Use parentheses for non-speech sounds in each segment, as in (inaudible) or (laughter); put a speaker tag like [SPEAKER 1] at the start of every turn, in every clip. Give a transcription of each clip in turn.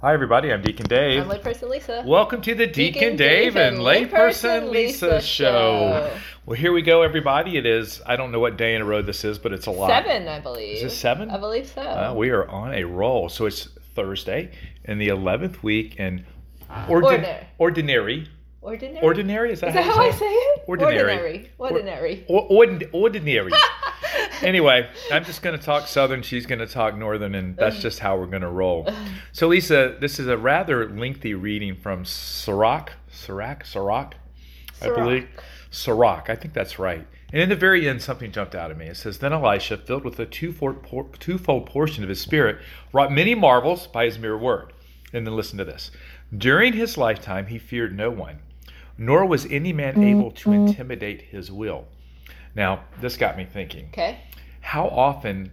[SPEAKER 1] Hi, everybody. I'm Deacon Dave.
[SPEAKER 2] I'm layperson Lisa.
[SPEAKER 1] Welcome to the Deacon, Dave, and Layperson Lisa show. Well, here we go, everybody. It is, I don't know what day in a row this is, but it's a lot.
[SPEAKER 2] Seven, I believe.
[SPEAKER 1] Is this seven?
[SPEAKER 2] I believe so.
[SPEAKER 1] Uh, we are on a roll. So it's Thursday in the 11th week and ordi-
[SPEAKER 2] Ordinary.
[SPEAKER 1] ordinary.
[SPEAKER 2] ordinary.
[SPEAKER 1] Ordinary? Is that
[SPEAKER 2] Is that how I say it?
[SPEAKER 1] Ordinary.
[SPEAKER 2] Ordinary.
[SPEAKER 1] Or-
[SPEAKER 2] Ordinary.
[SPEAKER 1] Or- ordin- ordinary. anyway, I'm just going to talk Southern. She's going to talk Northern, and that's just how we're going to roll. So, Lisa, this is a rather lengthy reading from Sirach. Sirach? Sirach? I
[SPEAKER 2] Sirach.
[SPEAKER 1] believe. Sirach. I think that's right. And in the very end, something jumped out at me. It says, Then Elisha, filled with a twofold, por- twofold portion of his spirit, wrought many marvels by his mere word. And then listen to this. During his lifetime, he feared no one, nor was any man able to intimidate his will. Now, this got me thinking
[SPEAKER 2] Okay.
[SPEAKER 1] how often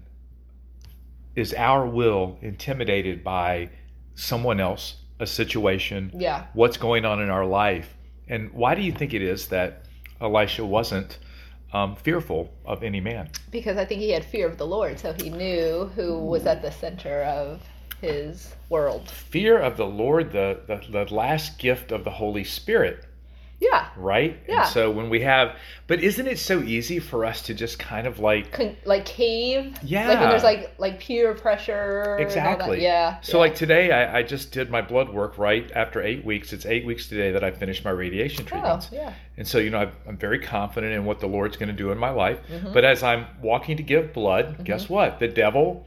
[SPEAKER 1] is our will intimidated by someone else, a situation,
[SPEAKER 2] Yeah.
[SPEAKER 1] what's going on in our life? And why do you think it is that Elisha wasn't um, fearful of any man?
[SPEAKER 2] Because I think he had fear of the Lord, so he knew who was at the center of his world.
[SPEAKER 1] Fear of the Lord, the, the, the last gift of the Holy Spirit,
[SPEAKER 2] Yeah.
[SPEAKER 1] right?
[SPEAKER 2] Yeah.
[SPEAKER 1] And so when we have, but isn't it so easy for us to just kind of like,
[SPEAKER 2] Con- like cave.
[SPEAKER 1] yeah.
[SPEAKER 2] Like when there's like like peer pressure. and all that.
[SPEAKER 1] Exactly.
[SPEAKER 2] Yeah.
[SPEAKER 1] So
[SPEAKER 2] yeah.
[SPEAKER 1] like today, I, I just did my blood work right after eight weeks. It's eight weeks today that I finished my radiation
[SPEAKER 2] Oh,
[SPEAKER 1] treatments,
[SPEAKER 2] yeah.
[SPEAKER 1] and so you know I've, I'm very confident in what the Lord's going to do in my life.
[SPEAKER 2] Mhm.
[SPEAKER 1] But as I'm walking to give blood,
[SPEAKER 2] Mm-hmm.
[SPEAKER 1] guess what? The devil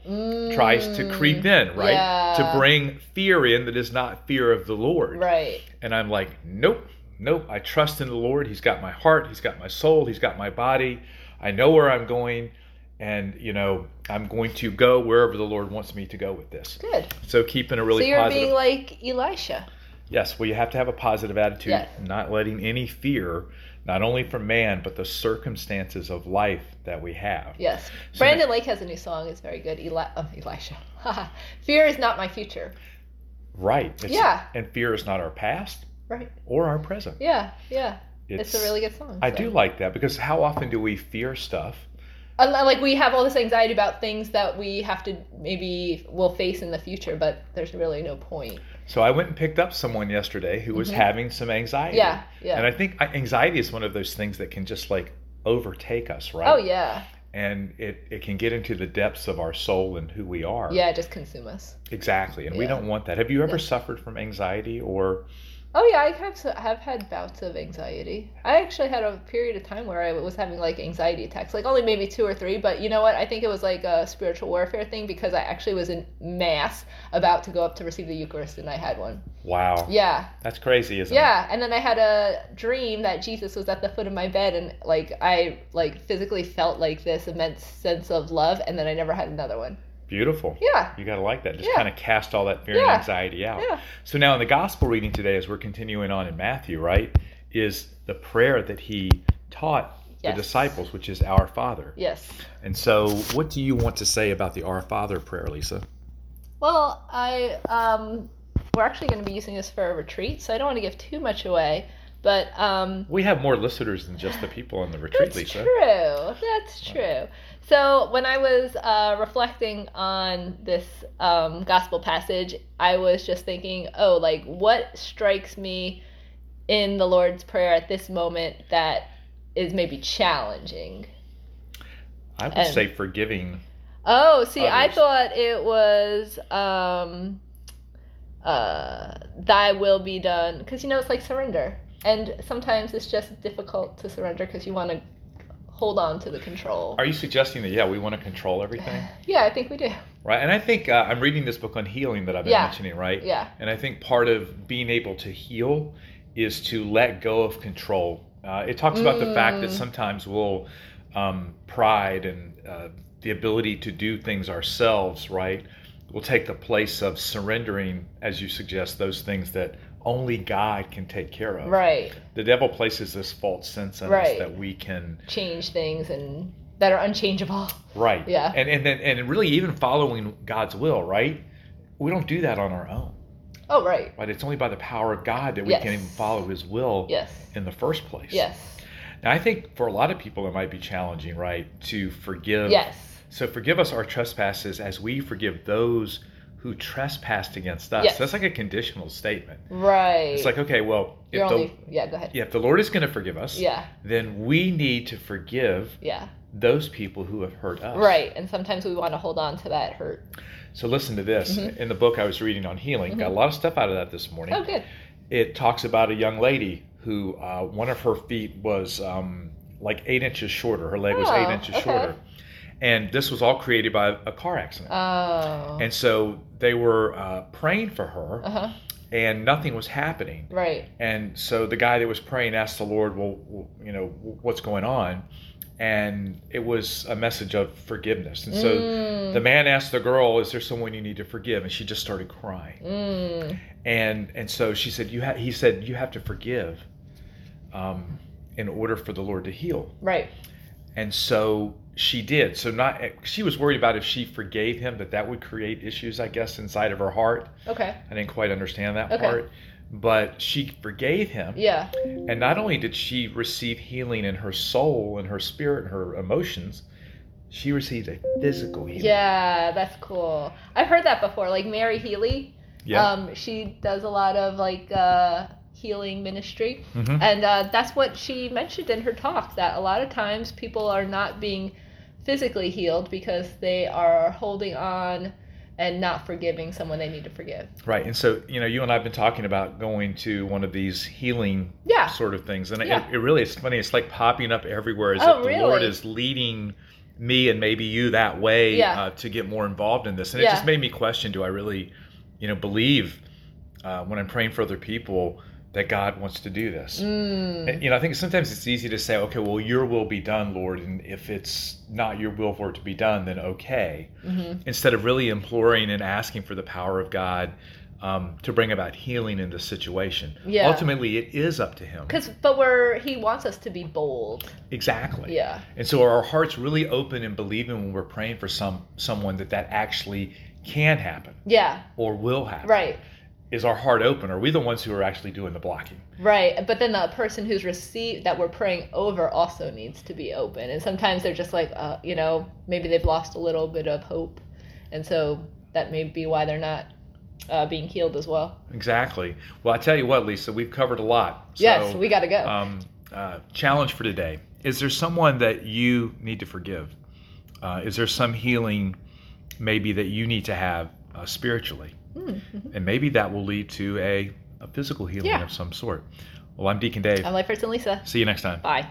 [SPEAKER 1] tries to creep in, right?
[SPEAKER 2] Mm, yeah.
[SPEAKER 1] To bring fear in that is not fear of the Lord.
[SPEAKER 2] Right.
[SPEAKER 1] And I'm like, nope, nope. I trust in the Lord. He's got my heart. He's got my soul. He's got my body. I know where I'm going, and you know I'm going to go wherever the Lord wants me to go with this.
[SPEAKER 2] Good.
[SPEAKER 1] So keeping a really
[SPEAKER 2] so you're
[SPEAKER 1] positive.
[SPEAKER 2] being like Elisha.
[SPEAKER 1] yes, well, you have to have a positive attitude,
[SPEAKER 2] Yes.
[SPEAKER 1] not letting any fear, not only from man, but the circumstances of life that we have.
[SPEAKER 2] Yes.
[SPEAKER 1] So
[SPEAKER 2] Brandon Lake has a new song. It's very good. Eli- um, Elisha. (laughs) Fear is not my future.
[SPEAKER 1] Right. It's-
[SPEAKER 2] Yeah.
[SPEAKER 1] And fear is not our past
[SPEAKER 2] Right.
[SPEAKER 1] or our present.
[SPEAKER 2] Yeah. Yeah. It's, a really good song.
[SPEAKER 1] I
[SPEAKER 2] so.
[SPEAKER 1] do like that because how often do we fear stuff?
[SPEAKER 2] And, Like we have all this anxiety about things that we have to maybe will face in the future, but there's really no point.
[SPEAKER 1] So I went and picked up someone yesterday who was having some anxiety.
[SPEAKER 2] Mm-hmm. Yeah. Yeah.
[SPEAKER 1] And I think anxiety is one of those things that can just like overtake us, right?
[SPEAKER 2] oh yeah.
[SPEAKER 1] And it, it can get into the depths of our soul and who we are.
[SPEAKER 2] Yeah. Just consume us.
[SPEAKER 1] Exactly, and we
[SPEAKER 2] Yeah.
[SPEAKER 1] don't want that. Have you ever
[SPEAKER 2] No.
[SPEAKER 1] suffered from anxiety or
[SPEAKER 2] Oh yeah, I have so- have had bouts of anxiety. I actually had a period of time where I was having like anxiety attacks, like only maybe two or three. But you know what? I think it was like a spiritual warfare thing because I actually was in mass about to go up to receive the Eucharist, and I had one.
[SPEAKER 1] wow?
[SPEAKER 2] Yeah,
[SPEAKER 1] That's crazy, isn't it?
[SPEAKER 2] yeah. And then I had a dream that Jesus was at the foot of my bed, and like I like physically felt like this immense sense of love, and then I never had another one.
[SPEAKER 1] Beautiful.
[SPEAKER 2] Yeah,
[SPEAKER 1] You got to like that. Just
[SPEAKER 2] Yeah.
[SPEAKER 1] kind of cast all that fear and
[SPEAKER 2] Yeah.
[SPEAKER 1] anxiety out.
[SPEAKER 2] yeah,
[SPEAKER 1] So now in the gospel reading today as we're continuing on in Matthew, right, is the prayer that he taught
[SPEAKER 2] Yes.
[SPEAKER 1] the disciples, which is our Father.
[SPEAKER 2] yes.
[SPEAKER 1] And so what do you want to say about the Our Father prayer, Lisa?
[SPEAKER 2] Well, I um, we're actually going to be using this for a retreat, so I don't want to give too much away. But um,
[SPEAKER 1] We have more listeners than just the people on the retreat,
[SPEAKER 2] that's
[SPEAKER 1] Lisa.
[SPEAKER 2] true. That's true. So when I was uh, reflecting on this um, gospel passage, I was just thinking, oh, like what strikes me in the Lord's Prayer at this moment that is maybe challenging.
[SPEAKER 1] I would
[SPEAKER 2] Um,
[SPEAKER 1] say forgiving.
[SPEAKER 2] Oh, see, I
[SPEAKER 1] Others.
[SPEAKER 2] thought it was um, uh, "Thy will be done," because you know it's like surrender, and sometimes it's just difficult to surrender because you want to hold on to the control.
[SPEAKER 1] Are you suggesting that yeah, we want to control everything?
[SPEAKER 2] Yeah, I think we do.
[SPEAKER 1] Right. And I think uh, I'm reading this book on healing that I've been
[SPEAKER 2] Yeah.
[SPEAKER 1] mentioning, right?
[SPEAKER 2] Yeah,
[SPEAKER 1] And I think part of being able to heal is to let go of control. Uh, it talks about the fact that
[SPEAKER 2] Mm.
[SPEAKER 1] sometimes we'll um, pride and uh, the ability to do things ourselves, right? Will take the place of surrendering, as you suggest, those things that only God can take care of.
[SPEAKER 2] right.
[SPEAKER 1] The devil places this false sense in us
[SPEAKER 2] Right.
[SPEAKER 1] that we can
[SPEAKER 2] Change things and that are unchangeable. (laughs)
[SPEAKER 1] Right.
[SPEAKER 2] Yeah.
[SPEAKER 1] And and then and really even following God's will, right? We don't do that on our own.
[SPEAKER 2] Oh, right.
[SPEAKER 1] Right? It's only by the power of God that we
[SPEAKER 2] Yes.
[SPEAKER 1] can even follow his will
[SPEAKER 2] Yes.
[SPEAKER 1] in the first place.
[SPEAKER 2] Yes.
[SPEAKER 1] Now I think for a lot of people it might be challenging, right, to forgive.
[SPEAKER 2] Yes.
[SPEAKER 1] So forgive us our trespasses as we forgive those who trespassed against us.
[SPEAKER 2] Yes.
[SPEAKER 1] That's like a conditional statement.
[SPEAKER 2] Right.
[SPEAKER 1] It's like, okay, well, if
[SPEAKER 2] you're
[SPEAKER 1] the,
[SPEAKER 2] only yeah. Go ahead.
[SPEAKER 1] yeah, if the Lord is going to forgive us,
[SPEAKER 2] Yeah.
[SPEAKER 1] then we need to forgive
[SPEAKER 2] Yeah.
[SPEAKER 1] those people who have hurt us.
[SPEAKER 2] Right. And sometimes we want to hold on to that hurt.
[SPEAKER 1] So listen to this.
[SPEAKER 2] Mhm.
[SPEAKER 1] In the book I was reading on healing, got
[SPEAKER 2] Mm-hmm.
[SPEAKER 1] a lot of stuff out of that this morning.
[SPEAKER 2] Oh, good.
[SPEAKER 1] It talks about a young lady who uh, one of her feet was um, like eight inches shorter. Her leg was
[SPEAKER 2] Oh,
[SPEAKER 1] eight inches
[SPEAKER 2] okay.
[SPEAKER 1] shorter. And this was all created by a car accident.
[SPEAKER 2] Oh.
[SPEAKER 1] And so they were uh, praying for her,
[SPEAKER 2] Uh huh.
[SPEAKER 1] and nothing was happening.
[SPEAKER 2] Right.
[SPEAKER 1] And so the guy that was praying asked the Lord, "Well, well, you know, what's going on?" And it was a message of forgiveness. And so
[SPEAKER 2] Mm.
[SPEAKER 1] the man asked the girl, "Is there someone you need to forgive?" And she just started crying.
[SPEAKER 2] Mm.
[SPEAKER 1] And and so she said, "You ha-, he said you have to forgive, um, in order for the Lord to heal."
[SPEAKER 2] Right.
[SPEAKER 1] And so she did. So not she was worried about if she forgave him that that would create issues, I guess, inside of her heart.
[SPEAKER 2] Okay.
[SPEAKER 1] I didn't quite understand that
[SPEAKER 2] Okay.
[SPEAKER 1] part. But she forgave him.
[SPEAKER 2] Yeah.
[SPEAKER 1] And not only did she receive healing in her soul and her spirit and her emotions, she received a physical healing.
[SPEAKER 2] Yeah. That's cool. I've heard that before. Like Mary Healy.
[SPEAKER 1] Yeah.
[SPEAKER 2] Um, she does a lot of like uh, healing ministry.
[SPEAKER 1] Mhm.
[SPEAKER 2] And uh, that's what she mentioned in her talk that a lot of times people are not being physically healed because they are holding on and not forgiving someone they need to forgive.
[SPEAKER 1] Right. And so, you know, you and I have been talking about going to one of these healing
[SPEAKER 2] Yeah.
[SPEAKER 1] sort of things. And it-
[SPEAKER 2] Yeah.
[SPEAKER 1] it, really is funny. It's like popping up everywhere as
[SPEAKER 2] Oh,
[SPEAKER 1] if the Lord
[SPEAKER 2] really?
[SPEAKER 1] is leading me and maybe you that way
[SPEAKER 2] Yeah.
[SPEAKER 1] uh, to get more involved in this. And
[SPEAKER 2] Yeah.
[SPEAKER 1] it just made me question do I really, you know, believe uh, when I'm praying for other people that God wants to do this?
[SPEAKER 2] Mm.
[SPEAKER 1] And, Eh, You know, I think sometimes it's easy to say, okay, well, your will be done, Lord. And if it's not your will for it to be done, then okay.
[SPEAKER 2] hmm
[SPEAKER 1] Instead of really imploring and asking for the power of God um, to bring about healing in this situation.
[SPEAKER 2] Yeah.
[SPEAKER 1] Ultimately, it is up to Him.
[SPEAKER 2] Cause, but we're he wants us to be bold.
[SPEAKER 1] Exactly.
[SPEAKER 2] Yeah.
[SPEAKER 1] And so are our hearts really open and believing when we're praying for some someone that that actually can happen
[SPEAKER 2] Yeah.
[SPEAKER 1] or will happen?
[SPEAKER 2] Right.
[SPEAKER 1] Is our heart open? Are we the ones who are actually doing the blocking?
[SPEAKER 2] Right. But then the person who's received that we're praying over also needs to be open. And sometimes they're just like, uh, you know, maybe they've lost a little bit of hope. And so that may be why they're not uh, being healed as well.
[SPEAKER 1] Exactly. Well, I tell you what, Lisa, we've covered a lot. So,
[SPEAKER 2] yes, we got to go.
[SPEAKER 1] um, uh, challenge for today is there someone that you need to forgive uh, is there some healing maybe that you need to have uh, spiritually
[SPEAKER 2] Hmm.
[SPEAKER 1] and maybe that will lead to a, a physical healing
[SPEAKER 2] Yeah. Uh,
[SPEAKER 1] of some sort well i'm deacon dave
[SPEAKER 2] I'm Lightfriends and Lisa.
[SPEAKER 1] see you next time
[SPEAKER 2] Bye.